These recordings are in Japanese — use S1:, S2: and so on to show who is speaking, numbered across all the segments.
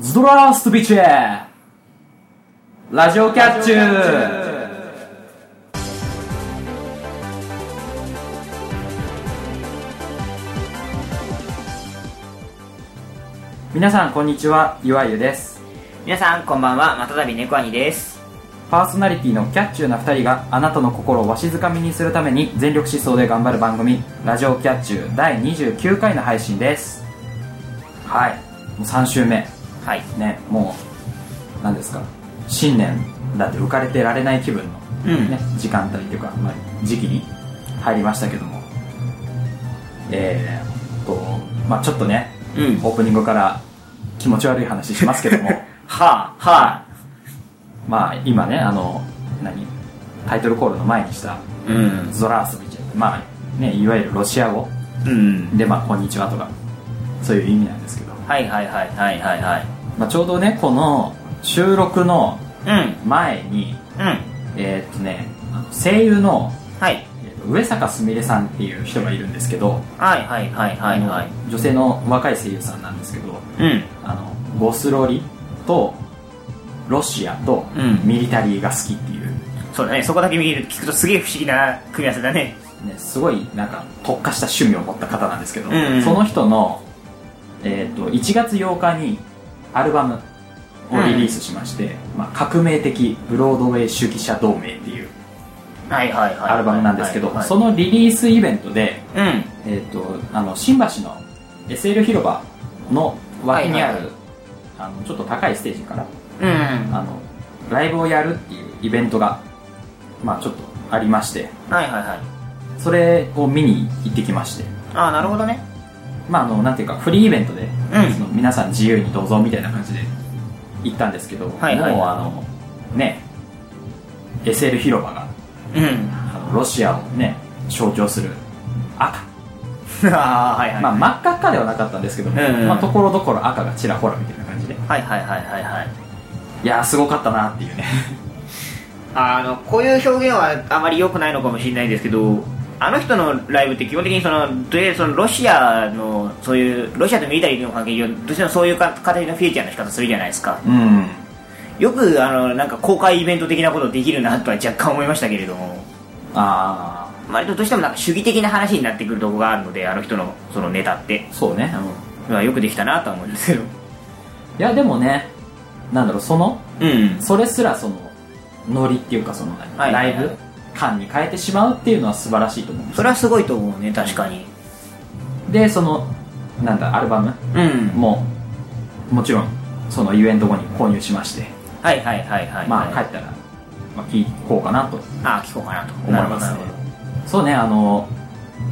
S1: ズドラーストビチェラジオキャッチュー皆さんこんにちはゆわゆです
S2: 皆さんこんばんはまたたび猫兄です
S1: パーソナリティのキャッチューな2人があなたの心をわしづかみにするために全力疾走で頑張る番組「ラジオキャッチュー」第29回の配信ですはいもう3週目
S2: はい
S1: ねもう何ですか新年だって浮かれてられない気分の、
S2: うん
S1: ね、時間帯というか、まあ、時期に入りましたけどもえー、っとまあちょっとね
S2: うん
S1: オープニングから気持ち悪い話しますけども
S2: はあはあ
S1: まあ今ねあの何タイトルコールの前にした
S2: うん
S1: ゾラースビチェまあねいわゆるロシア語
S2: うん
S1: でまあこんにちはとかそういう意味なんですけど、
S2: はいはいはいはいはいはい
S1: まあ、ちょうどねこの収録の
S2: うん
S1: 前に
S2: うん
S1: えーっとねあの声優の
S2: はい
S1: えーと上坂すみれさんっていう人がいるんですけど、
S2: はいはいはいはいは
S1: あ
S2: い
S1: の女性の若い声優さんなんですけど
S2: うん
S1: あのゴスロリとロシアと
S2: うん
S1: ミリタリーが好きっていう、
S2: そうだねそこだけ見る聞くとすげえ不思議な組み合わせだね
S1: ね、すごいなんか特化した趣味を持った方なんですけど、
S2: うんうん
S1: その人の、えー、と1月8日にアルバムをリリースしまして、まあ、革命的ブロードウェイ主義者同盟っていう
S2: はいはいはい
S1: アルバムなんですけど、
S2: はいはい
S1: そのリリースイベントで
S2: うん
S1: えー、とあの新橋の SL 広場の脇にある、
S2: はいはいはい
S1: あのちょっと高いステージから
S2: うん
S1: あのライブをやるっていうイベントが、まあ、ちょっとありまして
S2: はいはいはい
S1: それを見に行ってきまして、
S2: ああなるほどね
S1: まあ、あのなんていうかフリーイベントで、
S2: うん
S1: その皆さん自由にどうぞみたいな感じで行ったんですけど、
S2: はいはい
S1: もうあのね SL 広場が
S2: うん
S1: あのロシアをね象徴する赤
S2: ああはいはい
S1: まあ、真っ赤っかではなかったんですけども、
S2: うんうん
S1: まあ、ところどころ赤がちらほらみたいな感じで
S2: はいはいはいはいはい
S1: いやーすごかったなっていうね
S2: あのこういう表現はあまり良くないのかもしれないんですけどあの人のライブって基本的にそのとりあえずそのロシアのそういうロシアとミリタリーの関係上どうしてもそういうか形のフィーチャーの仕方するじゃないですか
S1: うん
S2: よくあのなんか公開イベント的なことできるなとは若干思いましたけれども
S1: あ
S2: 割とどうしてもなんか主義的な話になってくるとこがあるのであの人のそのネタって
S1: あそうね、うんい
S2: まあよくできたなとは思うんですけど
S1: やでもねなんだろうその
S2: うん
S1: それすらそのノリっていうかその、何
S2: はい
S1: ライブ感に変えてしまうっていうのは素晴らしいと思うんです
S2: それはすごいと思うね確かに
S1: でそのなんだアルバム
S2: うん
S1: ももちろんそのイベント後に購入しまして、
S2: はいはいはいはい、はい、
S1: まあ帰ったら、まあ、聞こうかなと
S2: あ聞こうかなと思い
S1: 思いま
S2: ますす
S1: ね
S2: ね
S1: そうねあの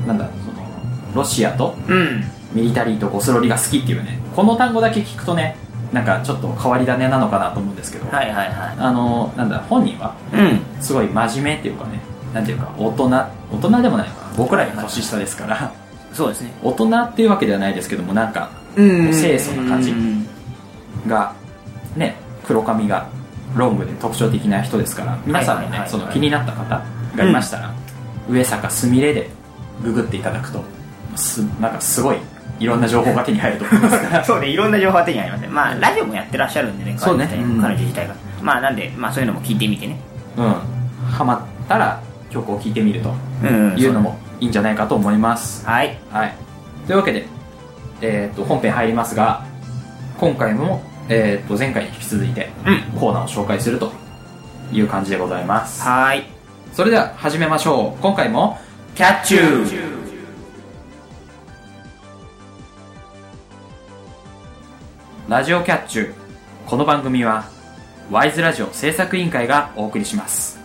S1: なんだそのロシアと
S2: うん
S1: ミリタリーとゴスロリが好きっていうねこの単語だけ聞くとねなんかちょっと変わり種なのかなと思うんですけど、
S2: はいはいは
S1: あのなんだ本人はい
S2: うん
S1: すごい真面目っていうかねなんていうか大人大人でもないのかな僕らより年下ですから
S2: そうですね
S1: 大人っていうわけではないですけどもなんか
S2: うん
S1: 清楚な感じ
S2: うん
S1: がね黒髪がロングで特徴的な人ですから皆さんも
S2: はいはい
S1: ね
S2: はい
S1: その気になった方がいましたら、上坂すみれでググっていただくとすなんかすごいいろんな情報が手に入ると思います から
S2: そうねいろんな情報が手に入りますねまあラジオもやってらっしゃるんでね
S1: そうね
S2: 彼女
S1: うん
S2: 自体彼女自体がまあなんでまあそういうのも聞いてみてね
S1: うんハマったら曲を聴いてみると
S2: うん
S1: いうのもいいんじゃないかと思います
S2: はい
S1: はい、というわけで、えー、と本編入りますが今回も、えー、と前回に引き続いて
S2: うん
S1: コーナーを紹介するという感じでございます
S2: はい
S1: それでは始めましょう今回も
S2: キャッチュー
S1: 「ラジオキャッチュー」この番組はワイズラジオ制作委員会がお送りします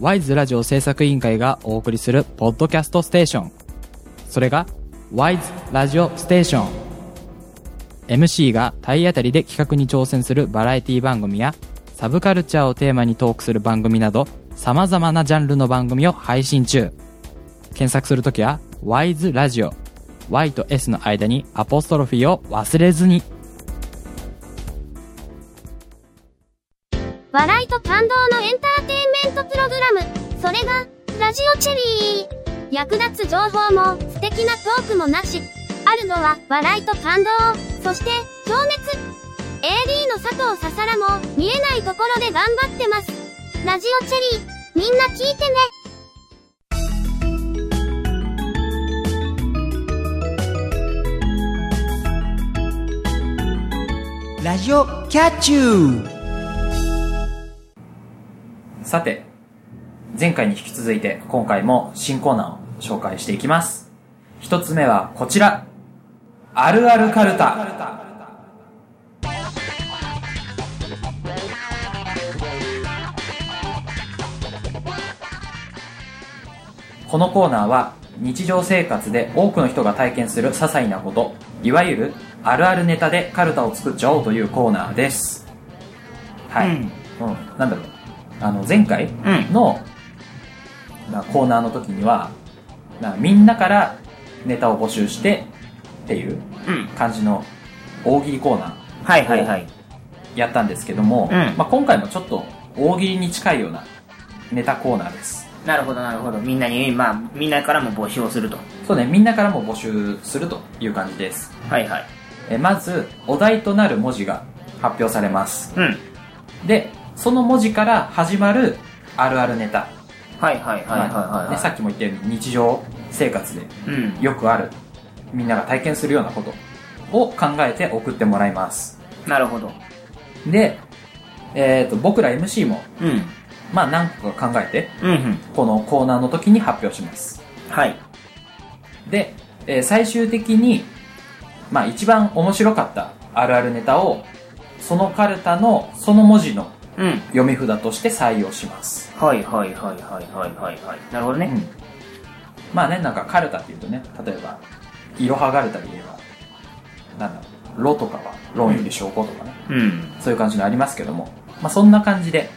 S1: ワイズラジオ制作委員会がお送りするポッドキャストステーションそれがワイズラジオステーション MC が体当たりで企画に挑戦するバラエティ番組やサブカルチャーをテーマにトークする番組など様々なジャンルの番組を配信中検索するときは WISE ラジオ Y と S の間にアポストロフィーを忘れずに
S3: 笑いと感動のエンターテインメントプログラム。それが、ラジオチェリー。役立つ情報も、素敵なトークもなし。あるのは、笑いと感動、そして、情熱。AD の佐藤ささらも、見えないところで頑張ってます。ラジオチェリー、みんな聞いてね。
S4: ラジオキャッチュー
S1: さて、前回に引き続いて今回も新コーナーを紹介していきます。一つ目はこちら。あるあるカルタ。このコーナーは日常生活で多くの人が体験する些細なこと、いわゆるあるあるネタでカルタを作っちゃおうというコーナーです。はい。
S2: う
S1: う
S2: ん
S1: ん、なんだろうあの前回の、なコーナーの時にはなみんなからネタを募集してっていう
S2: うん
S1: 感じの大喜利コーナ
S2: はいはいはい
S1: ーやったんですけども、
S2: うん
S1: まあ、今回もちょっと大喜利に近いようなネタコーナーです
S2: なるほどなるほどみんなにまあみんなからも募集をすると
S1: そうねみんなからも募集するという感じです
S2: はいはい
S1: えまずお題となる文字が発表されます
S2: うん
S1: でその文字から始まるあるあるネタ
S2: はいはいはいはいはい、
S1: ね、さっきも言ったように日常生活で
S2: うん
S1: よくあるみんなが体験するようなことを考えて送ってもらいます
S2: なるほど
S1: で、えー、と僕ら MC も、
S2: うん
S1: まあ、何個か考えて
S2: うんうん
S1: このコーナーの時に発表します
S2: はい
S1: で、えー最終的に、まあ、一番面白かったあるあるネタをそのカルタのその文字の
S2: うん
S1: 読み札として採用します、
S2: はいはいはいはいはいはいはいなるほど
S1: う
S2: ね、
S1: ん、まあねなんかカルタっていうとね例えばいろはガルタで言えばなんだろうロとかは論より証拠とかね、
S2: うん。
S1: そういう感じのありますけども、まあ、そんな感じで、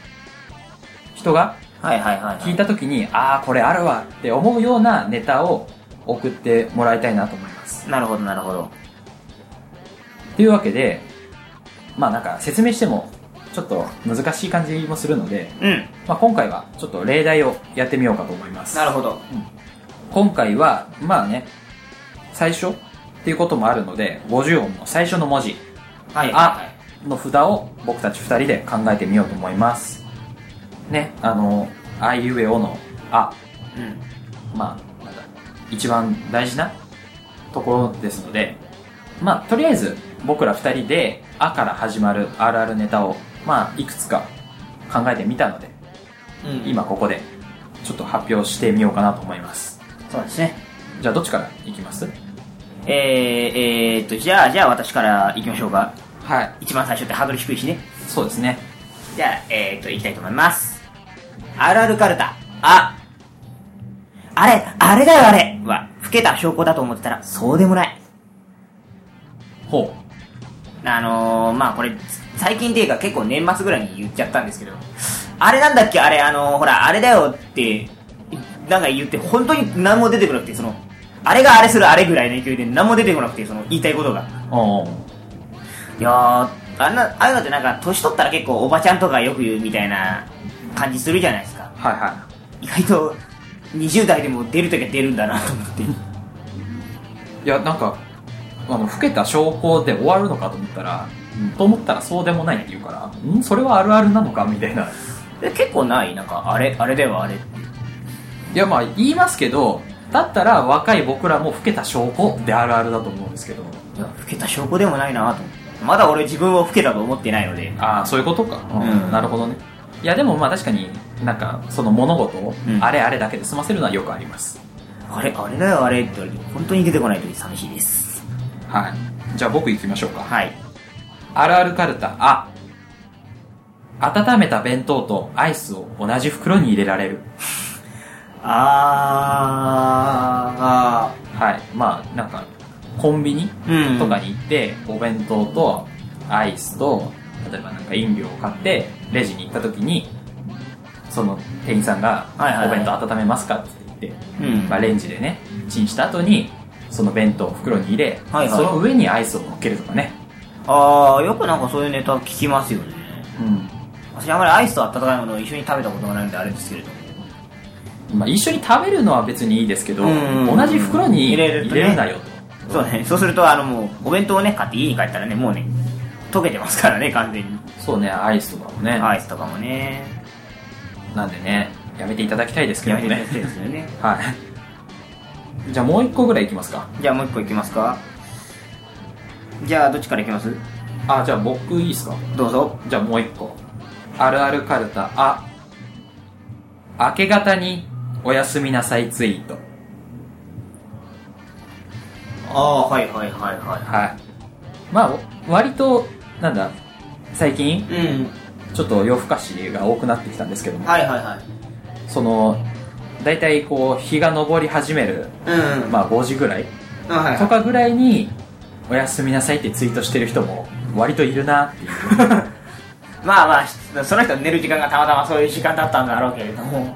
S1: 人が
S2: はいはいはい、はい。
S1: 聞いた時に、ああ、これあるわって思うようなネタを送ってもらいたいなと思います。
S2: なるほどなるほど。
S1: というわけで、まあなんか説明してもちょっと難しい感じもするので、
S2: うん。
S1: まあ、今回はちょっと例題をやってみようかと思います。
S2: なるほど。
S1: 今回は、まあね、最初っていうこともあるので、50音の最初の文字
S2: はい。
S1: あの札を僕たち二人で考えてみようと思います。ね、あの、あいうえおの、あ、
S2: うん。
S1: まあ、なんだ、一番大事なところですので、まあ、とりあえず僕ら二人で、あから始まるあるあるネタを、まあ、いくつか考えてみたので、
S2: うん
S1: 今ここで、ちょっと発表してみようかなと思います。
S2: そうですね。
S1: じゃあ、どっちからいきます
S2: えー、えー、っと、じゃあ、じゃあ私から行きましょうか。
S1: はい。
S2: 一番最初ってハードル低いしね。
S1: そうですね。
S2: じゃあ、えー、っと、行きたいと思います。あるあるカルタ。あ。あれ、あれだよあれは、老けた証拠だと思ってたら、そうでもない。
S1: ほ
S2: あのー、まあこれ、最近っていうか結構年末ぐらいに言っちゃったんですけど、あれなんだっけあれ、あのー、ほら、あれだよって、なんか言って、本当に何も出てこなくて、その、あれがあれするあれぐらいの勢いで何も出てこなくて、その、言いたいことが。
S1: う。おー
S2: いやー、あんな、ああいうのってなんか、年取ったら結構おばちゃんとかよく言うみたいな感じするじゃないですか。
S1: はいは
S2: 意外と、20代でも出るときは出るんだなと思って。
S1: い。いや、なんか、あの、老けた証拠で終わるのかと思ったら、と思ったらそうでもないって言うから、んそれはあるあるなのかみたいな。
S2: え結構ないなんか、あれ、あれだよあれって。
S1: いや、まあ、言いますけど、だったら若い僕らも老けた証拠であるあるだと思うんですけど。
S2: いや、老けた証拠でもないなと思って。まだ俺自分を老けたと思ってないので。
S1: ああ、そういうことか。
S2: うん
S1: なるほどね。いや、でもまあ確かに、なんか、その物事を、
S2: うん
S1: あれあれだけで済ませるのはよくあります。
S2: あれ、あれだよ、あれって言われて、本当に出てこないと寂しいです。
S1: はい。じゃあ僕行きましょうか。
S2: はい。
S1: あるあるカルタ、あ。温めた弁当とアイスを同じ袋に入れられる。
S2: あ
S1: はい、まあなんかコンビニ
S2: うん
S1: とかに行って、お弁当とアイスと例えばなんか飲料を買ってレジに行った時にその店員さんが
S2: はいはい
S1: 「お
S2: はい
S1: 弁当温めますか?」って言って、
S2: うん
S1: まあ、レンジでねチンした後にその弁当を袋に入れ、
S2: はいはい
S1: その上にアイスを乗っけるとかね、
S2: ー。あー、よくなんかそういうネタ聞きますよね。
S1: うん、
S2: 私あまりアイスと温かいものを一緒に食べたことがないんであれですけれど
S1: まあ、一緒に食べるのは別にいいですけど、
S2: うん
S1: 同じ袋に
S2: 入
S1: 入
S2: れ
S1: れ
S2: るとね
S1: るなよと。
S2: そうねそうするとあのもうお弁当をね買って家に帰ったらねもうね溶けてますからね完全に
S1: そうね、アイスとかもね。
S2: アイスとかもね
S1: なんでね、やめていただきたいですけ
S2: や
S1: ど
S2: めて
S1: ね
S2: ほ。しいですよね
S1: はい。 じゃあもう一個ぐらいいきますか。
S2: じゃあもう一個いきますかじゃあどっちからいきます
S1: あ、じゃあ僕いいですか。
S2: どうぞ
S1: じゃあもう一個。あるあるカルタ、あ、明け方におやすみなさいツイート。
S2: ああはいはいはいは
S1: はい。まあ、お割と、なんだ、最近、
S2: いうん
S1: ちょっと夜更かしが多くなってきたんですけども、
S2: はいはいはい
S1: その、だいたいこう、日が昇り始める、
S2: うんうん
S1: まあ5時ぐらい
S2: あはい
S1: とかぐらいに、おやすみなさいってツイートしてる人も割といるなっていう。
S2: まあまあその人の寝る時間がたまたまそういう時間だったんだろうけれども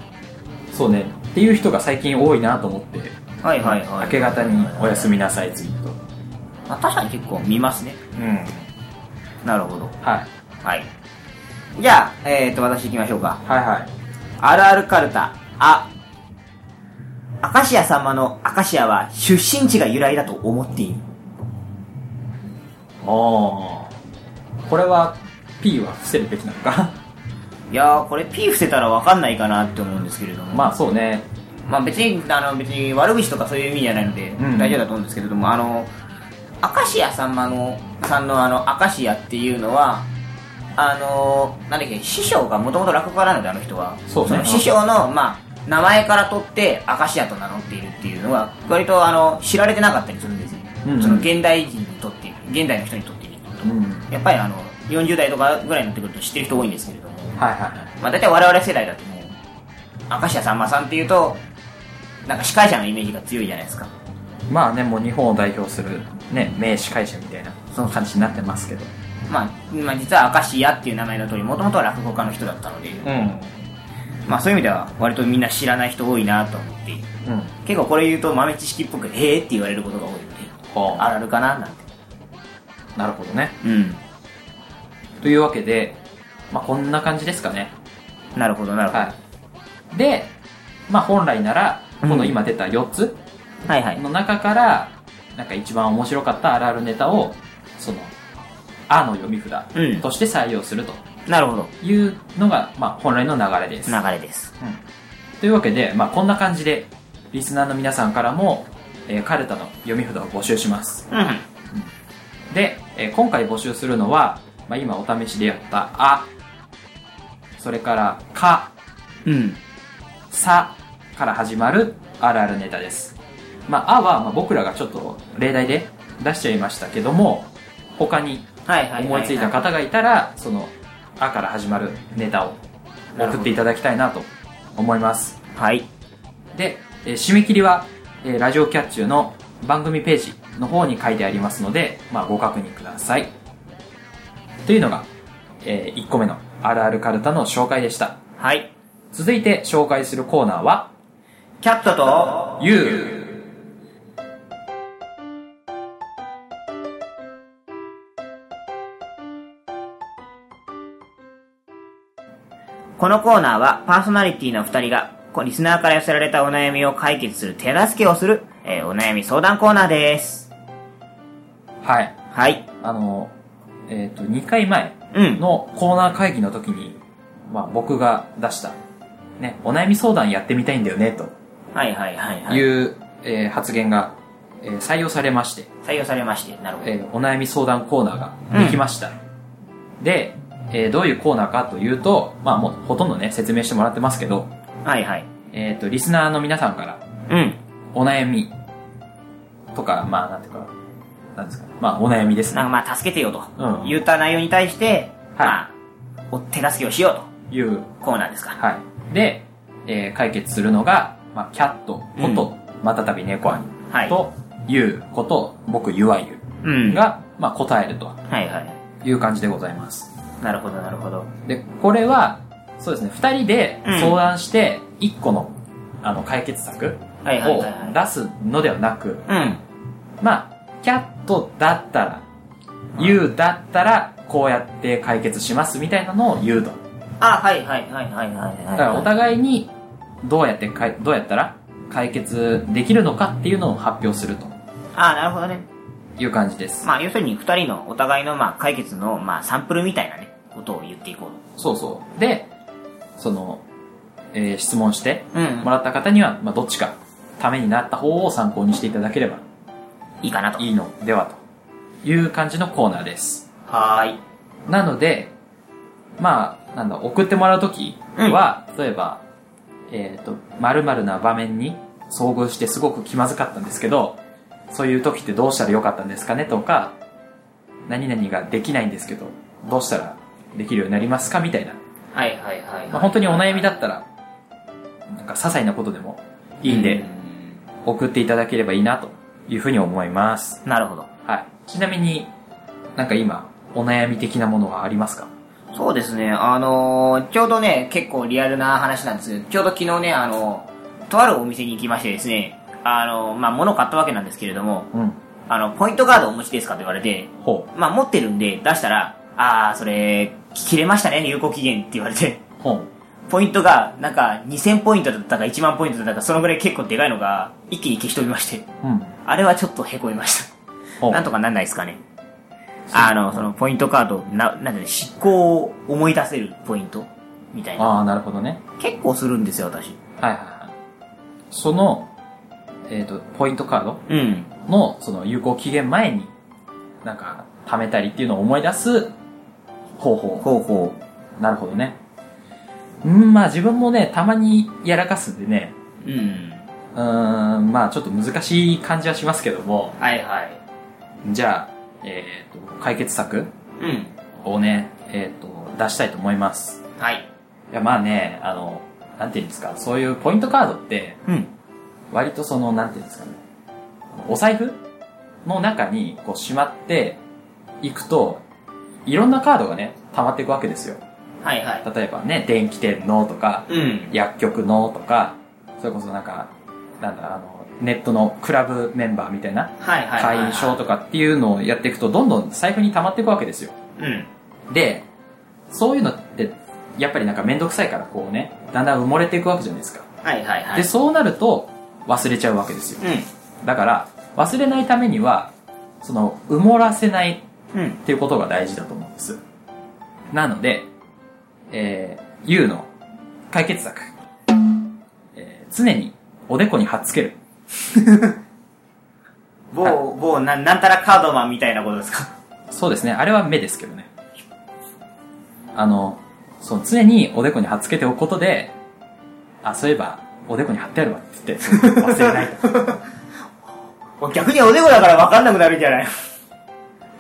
S1: そうね。っていう人が最近多いなと思って、
S2: はいはいはい
S1: 明け方におやすみなさいツイート。
S2: まあ、確かに結構見ますね
S1: うん。
S2: なるほど
S1: はい。
S2: はいじゃあえー、と私行きましょうか
S1: はいはい。
S2: あるあるカルタあアカシア様のアカシアは出身地が由来だと思っている
S1: おーこれは、P は伏せるべきなのか
S2: いやーこれ P 伏せたら分かんないかなって思うんですけれども
S1: まあそうね。
S2: まあ別にあの別に悪口とかそういう意味じゃないので
S1: うん
S2: 大丈夫だと思うんですけれども、あのアカシア様のさんのあのアカシアっていうのはあのなんだっけ師匠がもともと落語家なのであの人は
S1: そうね
S2: の師匠のまあ名前から取ってアカシアと名乗っているっていうのは割とあの知られてなかったりするんですよ、
S1: うん
S2: その現代人にとって現代の人にとってみると
S1: うん。
S2: やっぱりあの40代とかぐらいになってくると知ってる人多いんですけれども
S1: はいはいはい。
S2: まあ、大体我々世代だともう、明石家さんまさんっていうと、なんか司会者のイメージが強いじゃないですか。
S1: まあね、もう日本を代表する、ね、名司会者みたいな感じになってますけど。
S2: まあ、まあ、実は明石家っていう名前の通り、もともとは落語家の人だったので、
S1: うん。
S2: まあそういう意味では割とみんな知らない人多いなと思って、
S1: うん。
S2: 結構これ言うと豆知識っぽく、へえって言われることが多いので、
S1: ほう
S2: あるあるかななんて。
S1: なるほどね。
S2: うん。
S1: というわけで、まあこんな感じですかね。
S2: なるほど、なるほど。
S1: はい。で、まあ本来なら、この今出た4つ
S2: はいはい。
S1: の中から、なんか一番面白かったあるあるネタを、その、あの読み札
S2: うん
S1: として採用すると
S2: なるほど。
S1: いうのが、まあ本来の流れです。
S2: 流れです。
S1: というわけで、まあ、こんな感じでリスナーの皆さんからも、えーカルタの読み札を募集します
S2: うん。
S1: で、えー今回募集するのは、まあ、今お試しでやった「あ」それから「か
S2: うん。」
S1: 「さ」から始まるあるあるネタですまあ「あ」は、まあ、僕らがちょっと例題で出しちゃいましたけども他に
S2: はいはい。
S1: 思いついた。方がいたらその「あ」から始まるネタを送っていただきたいなと思います
S2: はい。
S1: で、えー締め切りは、えーラジオキャッチューの番組ページの方に書いてありますので、まあ、ご確認ください。というのが、え1個目のあるあるカルタの紹介でした。
S2: はい。
S1: 続いて紹介するコーナーは、
S2: キャットと、
S1: YOU!
S2: このコーナーはパーソナリティの2人がこうリスナーから寄せられたお悩みを解決する手助けをする、えーお悩み相談コーナーです。
S1: はい。
S2: はい。
S1: あの、えっ、と、2回前
S2: うん。
S1: のコーナー会議の時に、まあ、僕が出した、ね、お悩み相談やってみたいんだよね、と
S2: はいはいはいはいい。
S1: う、えー発言が、えー採用されまして、
S2: 採用されまして、なるほど。
S1: えーお悩み相談コーナーができました、で、えーどういうコーナーかというとまあもうほとんどね説明してもらってますけど
S2: はいはい。
S1: えっ、とリスナーの皆さんから
S2: うん。
S1: お悩みとかまあなんていうかなんですかまあお悩みです
S2: なん
S1: ね
S2: かまあ助けてよと、
S1: うん
S2: 言った内容に対して、
S1: はい
S2: まあ、お手助けをしよう
S1: いう
S2: と。コーナーですか。
S1: はいで、えー解決するのが、まあ、キャットこと、またたび猫アニ
S2: はい。
S1: と、いうこと僕ゆわゆ
S2: うん。は
S1: が、まあ、答えると
S2: いはい。
S1: いう感じでございます
S2: なるほどなるほど。
S1: で、これは、そうですね、二人で
S2: うん
S1: 相談して、一個の、あの、解決策を
S2: はいはいはいはい
S1: 出すのではなく、
S2: うん。
S1: まあ、キャットだったら、ユウだったら、こうやって解決しますみたいなのを言うと。
S2: あはいはいはいはいはい
S1: だか
S2: はい
S1: らお
S2: い
S1: 互いにどうやってかいどうやったら解決できるのかっていうのを発表すると
S2: ああなるほどね
S1: いう感じです、
S2: まあ要するに二人のお互いのまあ解決のまあサンプルみたいなねことを言っていこう
S1: そうそうでその、えー質問して
S2: とうん
S1: もらった方には、まあ、どっちかためになった方を参考にしていただければ
S2: いいかなと
S1: いいのではという感じのコーナーです
S2: はーい
S1: なのでまあなんだ送ってもらう時は、例えばえっ、と〇〇な場面に遭遇してすごく気まずかったんですけどそういう時ってどうしたらよかったんですかねとか何々ができないんですけどどうしたらできるようになりますかみたいな、
S2: はいはいはい、
S1: まあ、本当にお悩みだ
S2: っ
S1: ったらなんか些細なことでもいいんで送っていただければいいなというふうに思います
S2: なるほど
S1: はい。ちなみに、なんか今、お悩み的なものはありますか
S2: そうですね、あのーちょうどね、結構リアルな話なんですけどちょうど昨日ね、あのーとあるお店に行きましてですね、あのーまあ、物を買ったわけなんですけれども、
S1: うん。
S2: あの、ポイントカードお持ちですかと言われて、
S1: ほ
S2: まあ、持ってるんで出したら、あー、それ、切れましたね、有効期限って言われて、
S1: う。ほう。
S2: ポイントが、なんか、2000ポイントだったか1万ポイントだったか、そのぐらい結構でかいのが、一気に消し飛びまして、
S1: うん。
S2: あれはちょっと凹みました。
S1: ほう。
S2: なんとかなんないですかね。あの、そのポイントカード、な、なんてね、執行を思い出せるポイントみたいな。
S1: ああ、なるほどね。
S2: 結構するんですよ、私。
S1: はいはいはい。その、えっ、と、ポイントカード
S2: うん。
S1: の、その、有効期限前に、なんか、貯めたりっていうのを思い出す方法。
S2: 方法。
S1: なるほどね。うん、まあ自分もね、たまにやらかすんでね、
S2: うん。
S1: うーん、まあちょっと難しい感じはしますけども、
S2: はいはい。
S1: じゃあ、えっ、と、解決策
S2: うん。
S1: をね、えっ、と、出したいと思います。
S2: はい。
S1: いや、まあね、あの、なんていうんですか、そういうポイントカードって、
S2: うん。
S1: 割とその、なんていうんですかね、お財布の中に、こう、しまっていくと、いろんなカードがね、溜まっていくわけですよ。
S2: はいはい。
S1: 例えばね、電気店のとか、
S2: うん。
S1: 薬局のとか、それこそなんか、なんだ、あの、ネットのクラブメンバーみたいな、
S2: はいはい。
S1: 会員証とかっていうのをやっていくと、どんどん財布に溜まっていくわけですよ。
S2: うん。
S1: で、そういうのって、やっぱりなんかめんどくさいからこうね、だんだん埋もれていくわけじゃないですか。
S2: はいはいはい。
S1: で、そうなると忘れちゃうわけですよ。だから、忘れないためには、その、埋もらせない
S2: うん。うん。
S1: っていうことが大事だと思うんです。なので、えー、ゆうの解決策。えー、常におでこに貼っつける。
S2: 某、某、なん、なんたらカードマンみたいなことですか。
S1: そうですね。あれは目ですけどね。あの、その常におでこに貼っつけておくことで、あ、そういえば、おでこに貼ってあるわって言って、 忘れないと。
S2: 逆におでこだから分かんなくなるんじゃない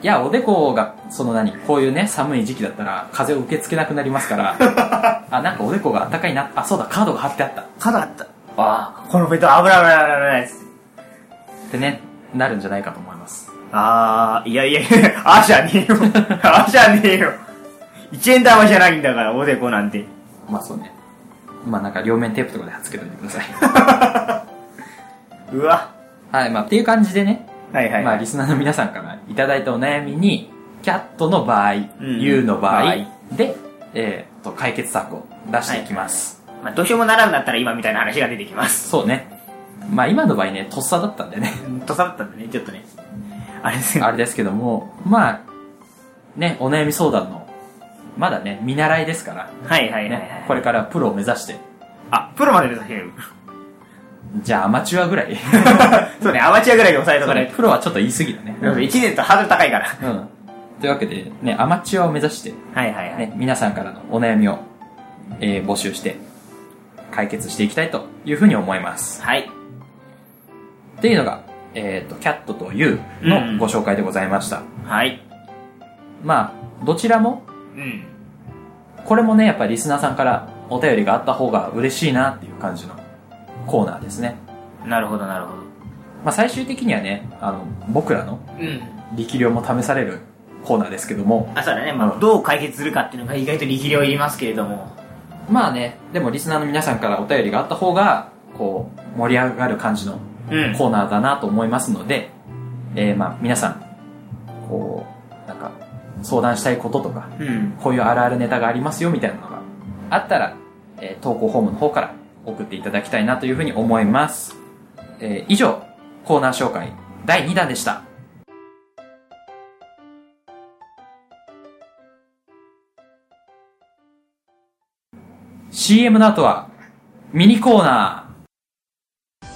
S1: いや、おでこが、その何、こういうね、寒い時期だったら、風を受け付けなくなりますから、あ、なんかおでこが暖かいな、あ、そうだ、カードが貼ってあった。
S2: カードあった。ああ、このペット危ない危ない危ない危ないです。
S1: ってね、なるんじゃないかと思います。
S2: あー、いやいやいや、あじゃねえよ。あじゃねえよ。一円玉じゃないんだから、おでこなんて。
S1: まあそうね。まあなんか両面テープとかで貼っつけといてください。
S2: うわ。
S1: はい、まあっていう感じでね、
S2: はいはい。
S1: まあリスナーの皆さんからいただいたお悩みに、キャットの場合、ユ
S2: うん
S1: ーの場合
S2: はい
S1: で、えー、と、解決策を出していきます。
S2: まあどうしようもならんだったら今みたいな話が出てきます。
S1: そうね。まあ今の場合ね、とっさだったん でね、
S2: うんとさだったんでね、ちょっとね。あれですね。
S1: あれですけども、まあ、ね、お悩み相談の、まだね、見習いですから、
S2: はいはいはいはい
S1: ね、。これからプロを目指して、
S2: あ、プロまで目指してる。
S1: じゃあアマチュアぐらい。
S2: そうね、アマチュアぐらいで抑えと
S1: そ
S2: かな
S1: れ
S2: いと。
S1: プロはちょっと言い過ぎだね。
S2: 1年とハードル高いから。
S1: うん。というわけで、ね、アマチュアを目指して、
S2: はいはいはい。
S1: ね、皆さんからのお悩みを、えー募集して、解決していきたいというふうに思います。
S2: はい。
S1: っていうのが、えっ、と、キャットとユーのご紹介でございました。
S2: はい。
S1: まあ、どちらも、
S2: うん。
S1: これもね、やっぱりリスナーさんからお便りがあった方が嬉しいなっていう感じのコーナーですね。
S2: なるほどなるほど。
S1: まあ、最終的にはね、あの、僕らの
S2: うん。
S1: 力量も試されるコーナーですけども、
S2: あ、そうだね。ま
S1: う
S2: あ、
S1: ん
S2: どう解決するかっていうのが意外と力量いりますけれども。
S1: まあね、でもリスナーの皆さんからお便りがあった方が、こう、盛り上がる感じの
S2: うん。
S1: コーナーだなと思いますので、えー、まあ、皆さん、こう、なんか、相談したいこととか、
S2: うん。
S1: こういうあるあるネタがありますよみたいなのがあったら、えー投稿フォームの方から送っていただきたいなというふうに思います。えー以上、コーナー紹介第2弾でした。CM の後は、ミニコーナー。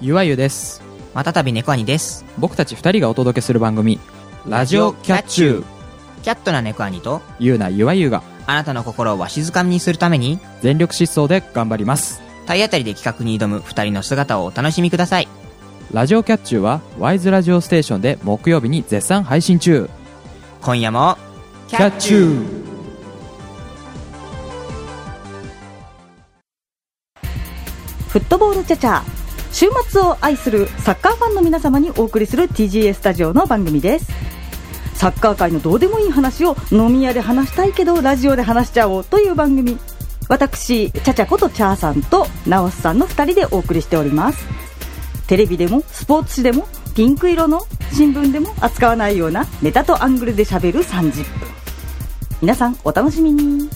S5: ゆわゆです。
S6: またたび猫兄です
S5: 僕たち二人がお届けする番組、ラジオキャッチュー。
S6: キャットな猫兄と
S5: ゆうなゆわゆが
S6: あなたの心をわしづかみにするために
S5: 全力疾走で頑張ります。
S6: 体当たりで企画に挑む二人の姿をお楽しみください
S5: ラジオキャッチューは、ワイズラジオステーションで木曜日に絶賛配信中。
S6: 今夜も
S5: キャッチュー
S7: フットボールチャチャ週末を愛するサッカーファンの皆様にお送りする TGA スタジオの番組ですサッカー界のどうでもいい話を飲み屋で話したいけどラジオで話しちゃおうという番組私チャチャことチャーさんとナオスさんの2人でお送りしておりますテレビでもスポーツ紙でもピンク色の新聞でも扱わないようなネタとアングルでしゃべる30分皆さんお楽しみに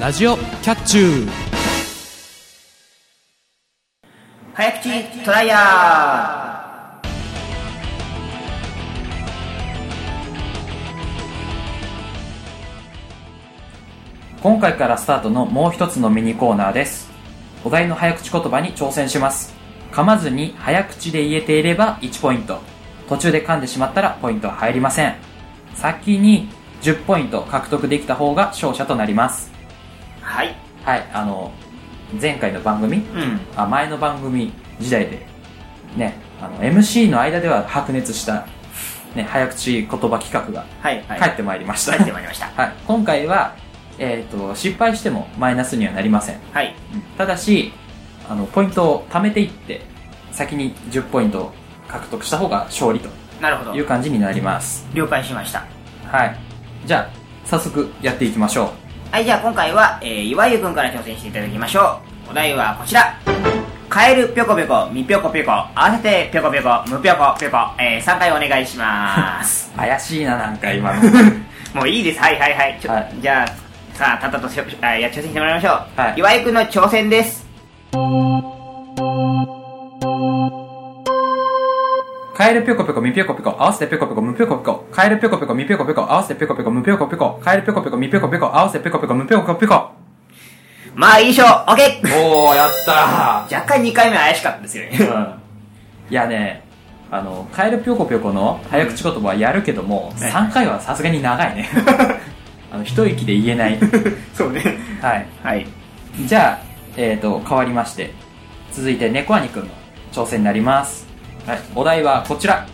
S5: ラジオキャッチュー
S4: 早口トライアー
S1: 今回からスタートのもう一つのミニコーナーです。お題の早口言葉に挑戦します。噛まずに早口で言えていれば1ポイント。途中で噛んでしまったらポイントは入りません。先に10ポイント獲得できた方が勝者となります。
S4: はい
S1: はい、あの、前回の番組、
S4: うん
S1: あ前の番組時代で、ね、あの、MC の間では白熱した、ね、早口言葉企画が
S4: はいはい
S1: 帰ってまいりました。
S4: 帰ってまいりました
S1: はい、今回は、えー、と失敗してもマイナスにはなりません、
S4: はい
S1: ただしあのポイントを貯めていって先に10ポイントを獲得した方が勝利と
S4: なるほど
S1: いう感じになります
S4: 了解しました
S1: はいじゃあ早速やっていきましょ
S4: はいじゃあ今回は、えー、岩井くんから挑戦していただきましょうお題はこちらカエルぴょこぴょこみぴょこぴょこ合わせてぴょこぴょこむぴょこぴょこ、えー、3回お願いしま す
S1: う怪しいななんか今の
S4: もういいですはいはいはいちょ、
S1: はい
S4: じゃあさあたったとしょあいや挑戦してもらいましょう、
S1: はい
S4: 岩井くんの挑戦です
S1: カエルぴょこぴょこみぴょこぴょこ合わせてぴょこぴょこむぴょこぴょこカエルぴょこぴょこみぴょこぴょこ合わせてぴょこぴょこむぴょこぴょこカエルぴょこぴょこみぴょこぴょこ合わせてぴょこぴょこむぴょこぴょこ
S4: まあいいでしょう OK
S1: おーやった
S4: 若干2回目怪しかったですよね
S1: いやね、あの、カエルぴょこぴょこの早口言葉はやるけども、
S4: ね
S1: 3回はさすがに長 いね。あの、一息で言え ない。
S4: そうね
S1: はい。
S4: はい
S1: じゃあ、えっ、と、変わりまして、続いて猫兄くんの挑戦になります。はい。お題はこちら。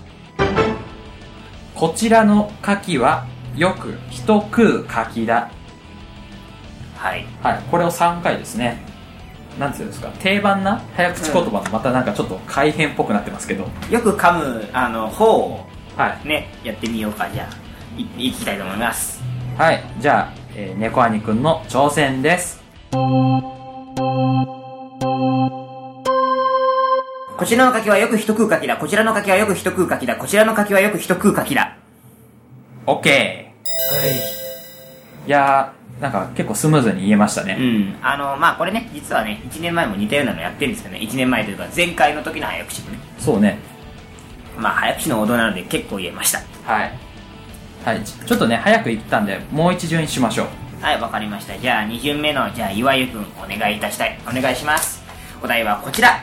S1: こちらの牡蠣はよく人食う牡蠣だ。
S4: はい
S1: はい。これを3回ですね。なんていうんですか、定番な早口言葉のまたなんかちょっと改変っぽくなってますけど。
S4: よく噛むあの方を
S1: はい。
S4: ねやってみようかじゃあいいきたいと思います
S1: はい、じゃあ、えー、猫兄くんの挑戦です。
S4: こちらの柿はよく一食う柿だ。こちらの柿はよく一食う柿だ。こちらの柿はよく一食う柿だ。
S1: オッケ
S4: はい。
S1: ー。いやー、なんか結構スムーズに言えました
S4: う
S1: ね。
S4: ん。あの、まあ、これね、実はね、1年前も似たようなのやってるんですよね。1年前というか、前回の時の早口もね。
S1: そうね。
S4: まあ、早口の王道なので結構言えました。
S1: はい。はい、ちちょっとね、早く行ったんで、もう一巡しましょう。
S4: はい、わかりました。じゃあ、2巡目の、じゃあ、岩井くん、お願いいたしたい。お願いします。お題はこちら。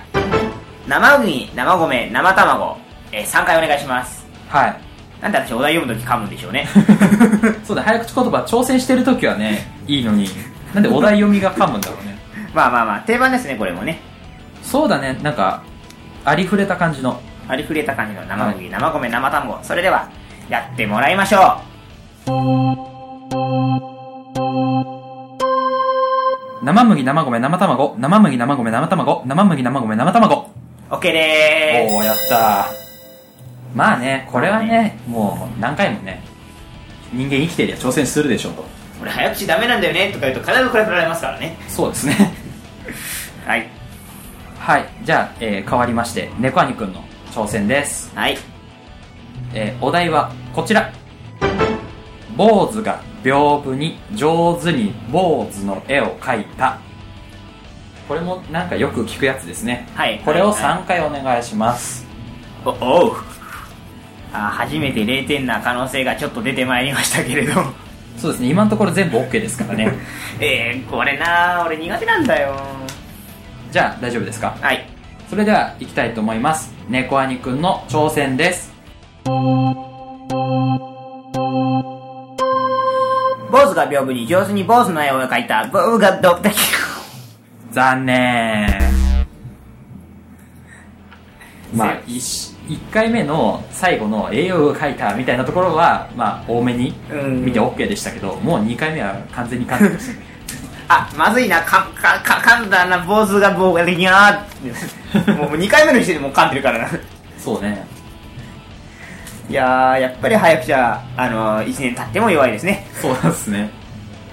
S4: 生ウニ、生米、生卵。えー、3回お願いします。
S1: はい。
S4: なんで私、お題読む時噛むんでしょう ね。
S1: そうだ、早口言葉挑戦してるときはね、いいのに、なんでお題読みが噛むんだろうね。
S4: まあまあまあ、定番ですね、これもね。
S1: そうだね、なんか、ありふれた感じの。
S4: ありふれた感じの生麦、生米、生卵。それでは、やってもらいましょ
S1: 生麦、生米、生卵、生麦、生米、生卵、生麦、生米、生卵。
S4: う !OK でーす
S1: おー、やったー。まあね、これはね、もう何回もね、人間生きてりゃ挑戦するでしょうと。
S4: 俺早口ダメなんだよねとか言うと必ずこれ振られますからね。
S1: そうですね。
S4: はい。
S1: はい、じゃあ、えー変わりまして、猫兄くんの挑戦です。
S4: はい。
S1: えーお題はこちら坊主が屏風に上手に坊主の絵を描いたこれもなんかよく聞くやつですね
S2: はい
S1: これを
S2: はいはい
S1: 3回お願いします
S2: おおうあ初めて0点な可能性がちょっと出てまいりましたけれど
S1: そうですね今のところ全部 OK ですからね
S2: えー、これな俺苦手なんだよ
S1: じゃあ大丈夫ですか
S2: はい
S1: それでは行きたいと思います猫兄くんの挑戦です
S2: 坊主が屏風に上手に坊主の絵を描いた坊主がドクタキ
S1: 残念まあ
S2: せ
S1: 1, 回目の最後の栄養を書いたみたいなところは、まあ、多めに
S2: うん
S1: 見て OK でしたけど、もう2回目は完全に完全でしたね
S2: あまずいなかかか噛んだな坊主が坊ができなーってもう2回目の時点でもう噛んでるからな
S1: そうね
S2: いやーやっぱり早くじゃあの1年経っても弱いですね
S1: そうなんですね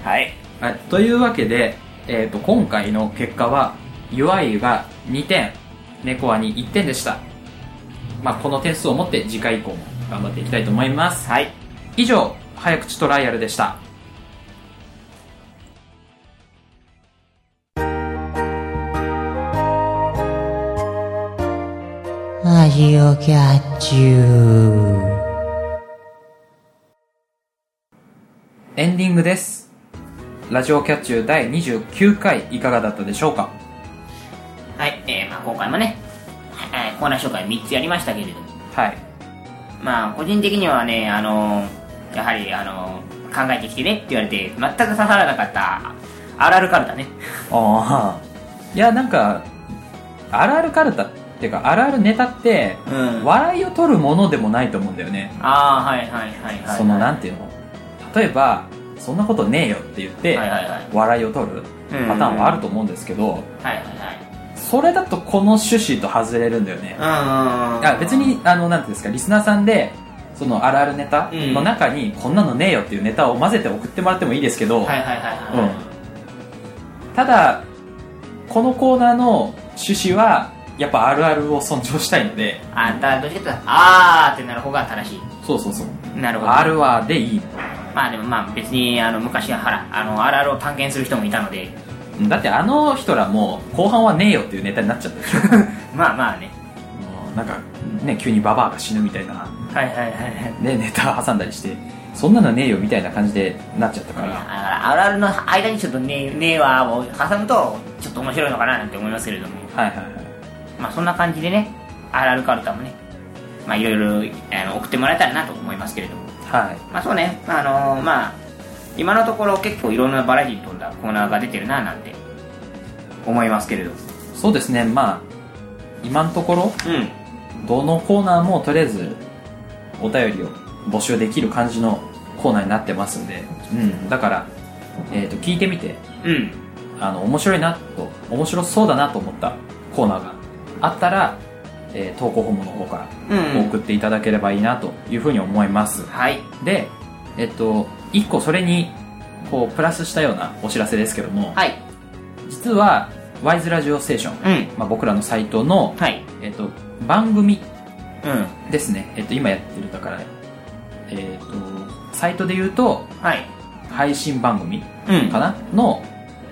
S2: はい
S1: はいというわけで、えー、と今回の結果はゆわゆが2点猫はに1点でした、まあ、この点数をもって次回以降も頑張っていきたいと思います
S2: はい
S1: 以上早口トライアルでした
S4: ラジオキャッチュー。
S1: エンディングですラジオキャッチュー第29回いかがだったでしょうか
S2: はい、えーまあ、今回もね、はいコーナー紹介3つやりましたけれども、
S1: はい
S2: まあ、個人的にはね、あのーやはり、あのー考えてきてねって言われて、全く刺さらなかった、あるあるカルタね。
S1: ああいやなんかあるあるカルタっていうかあるあるネタって、
S2: うん
S1: 笑いを取るものでもないと思うんだよね、
S2: ああ、はいはいはいはい。
S1: そのなん
S2: て
S1: ていうの例えばそんなことねえよって言って、
S2: はいはいはい。
S1: 笑いを取るパタ
S2: うん
S1: ーンはあると思うんですけど、
S2: はいはい
S1: それだとこの趣旨と外れるんだよね、
S2: はい。うんうんうん。
S1: あ別にあのなんていうんですかリスナーさんでそのあるあるネタの中に、こんなのねえよっていうネタを混ぜて送ってもらってもいいですけど、
S2: はいはいはいはい。
S1: ただこのコーナーの趣旨はやっぱあるあるを尊重したいので
S2: あんた、どっちかっていうと、あーってなる方が正し
S1: そうそうそう
S2: い。なるほど。
S1: あるはでいい
S2: まあでもまあ別に、あの、昔はら、あの、あるあるを探検する人もいたので、
S1: だってあの人らもう後半はねえよっていうネタになっちゃったでしょ
S2: まあまあね。
S1: もう なんかね急にババアが死ぬみたいな、
S2: はいはいはいはい。
S1: ね、ネタ挟んだりしてそんなのねえよみたいな感じでなっちゃったか
S2: だかららあるあるの間にちょっとね「ねはを挟むとちょっと面白いのかななんて思いますけれども
S1: はいはいはい
S2: まあそんな感じでねあるあるカルタもねまあいろいろあの送ってもらえたらなと思いますけれども
S1: はい
S2: まあそうねあのまあ今のところ結構いろんなバラエティに富んだコーナーが出てるななんて思いますけれど
S1: そうですねまあ今のところ
S2: うん
S1: どのコーナーもとりあえずお便りを募集できる感じのコーナーになってますんで、うん、だから、えー、と聞いてみて
S2: うん
S1: あの面白いなと面白そうだなと思ったコーナーがあったら、えー投稿フォームの方か
S2: うん
S1: ら送っていただければいいなというふうに思います、
S2: はい
S1: で、えっと1個それにこうプラスしたようなお知らせですけども、
S2: はい
S1: 実はワイズラジオステーション、
S2: うん
S1: まあ、僕らのサイトの、
S2: はい
S1: えっと番組
S2: うん
S1: ですね、えっと、今やってるだから、えっとサイトで言うと
S2: はい
S1: 配信番組
S2: うん
S1: かなの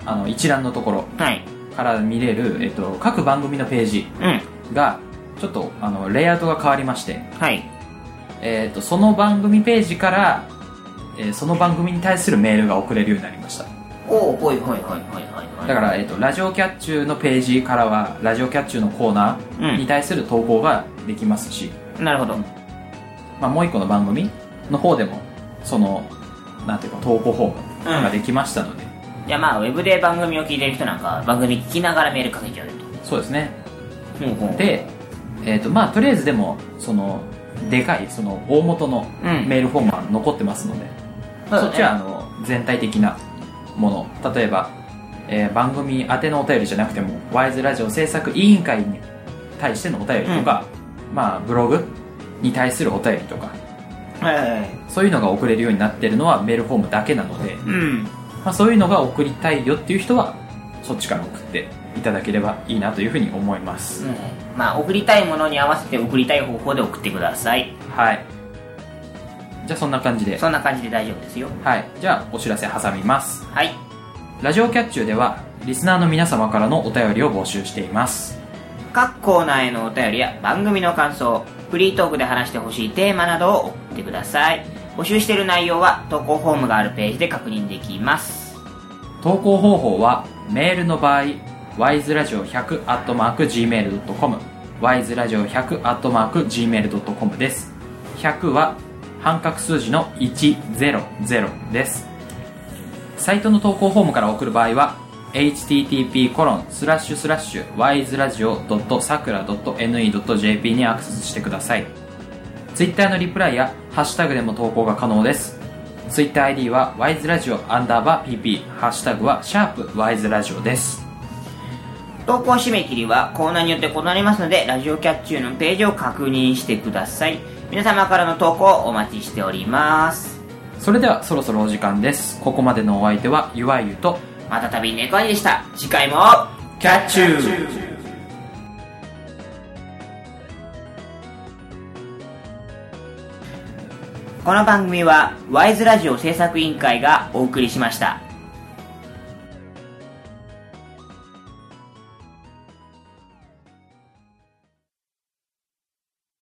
S1: あの一覧のところ
S2: はい
S1: から見れる、えっと、各番組のページ
S2: うん
S1: がちょっとあのレイアウトが変わりまして、
S2: はい
S1: えっとその番組ページから、えーその番組に対するメールが送れるようになりました
S2: おおほいほいほいほいほいほい
S1: だから、えっとラジオキャッチューのページからはラジオキャッチューのコーナーに対する投稿ができますし、
S2: なるほど
S1: まあ、もう一個の番組の方でもそのなんていうか投稿フォームができましたので、
S2: いやまあウェブで番組を聞いてる人なんか番組聞きながらメールかけちゃうと
S1: そうですね
S2: ほうほう
S1: で、えーとまあ、とりあえずでもそのでかいその大元の
S2: うん
S1: メールフォームは残ってますので、
S2: そうだね
S1: そっちはあの全体的なもの例えば、えー番組宛てのお便りじゃなくてもワイズラジオ制作委員会に対してのお便りとか、まあ、ブログに対するお便りとか
S2: はいはいはい
S1: そういうのが送れるようになってるのはメールフォームだけなので、
S2: うん
S1: まあ、そういうのが送りたいよっていう人はそっちから送っていただければいいなというふうに思います、
S2: まあ送りたいものに合わせて送りたい方法で送ってください
S1: はいじゃあそんな感じで
S4: そんな感じで大丈夫ですよ
S1: はいじゃあお知らせ挟みます
S4: はい
S1: ラジオキャッチューではリスナーの皆様からのお便りを募集しています
S4: 各コーナーへのお便りや番組の感想フリートークで話してほしいテーマなどを送ってください募集している内容は投稿フォームがあるページで確認できます
S1: 投稿方法はメールの場合 wiseradio100-gmail.com wiseradio100-gmail.com です100は半角数字の100ですサイトの投稿フォームから送る場合は http コロンスラッシュスラッシュ wiseradio.sakura.ne.jp にアクセスしてくださいツイッターのリプライやハッシュタグでも投稿が可能です。ツイッター ID は wiseradio アンダーバー pp、ハッシュタグはシャープ wiseradio です。
S4: 投稿締め切りはコーナーによって異なりますのでラジオキャッチューのページを確認してください皆様からの投稿をお待ちしております
S1: それではそろそろお時間です。ここまでのお相手はゆわゆと、
S4: またたび猫兄でした次回もキャッチューこの番組はワイズラジオ制作委員会がお送りしました。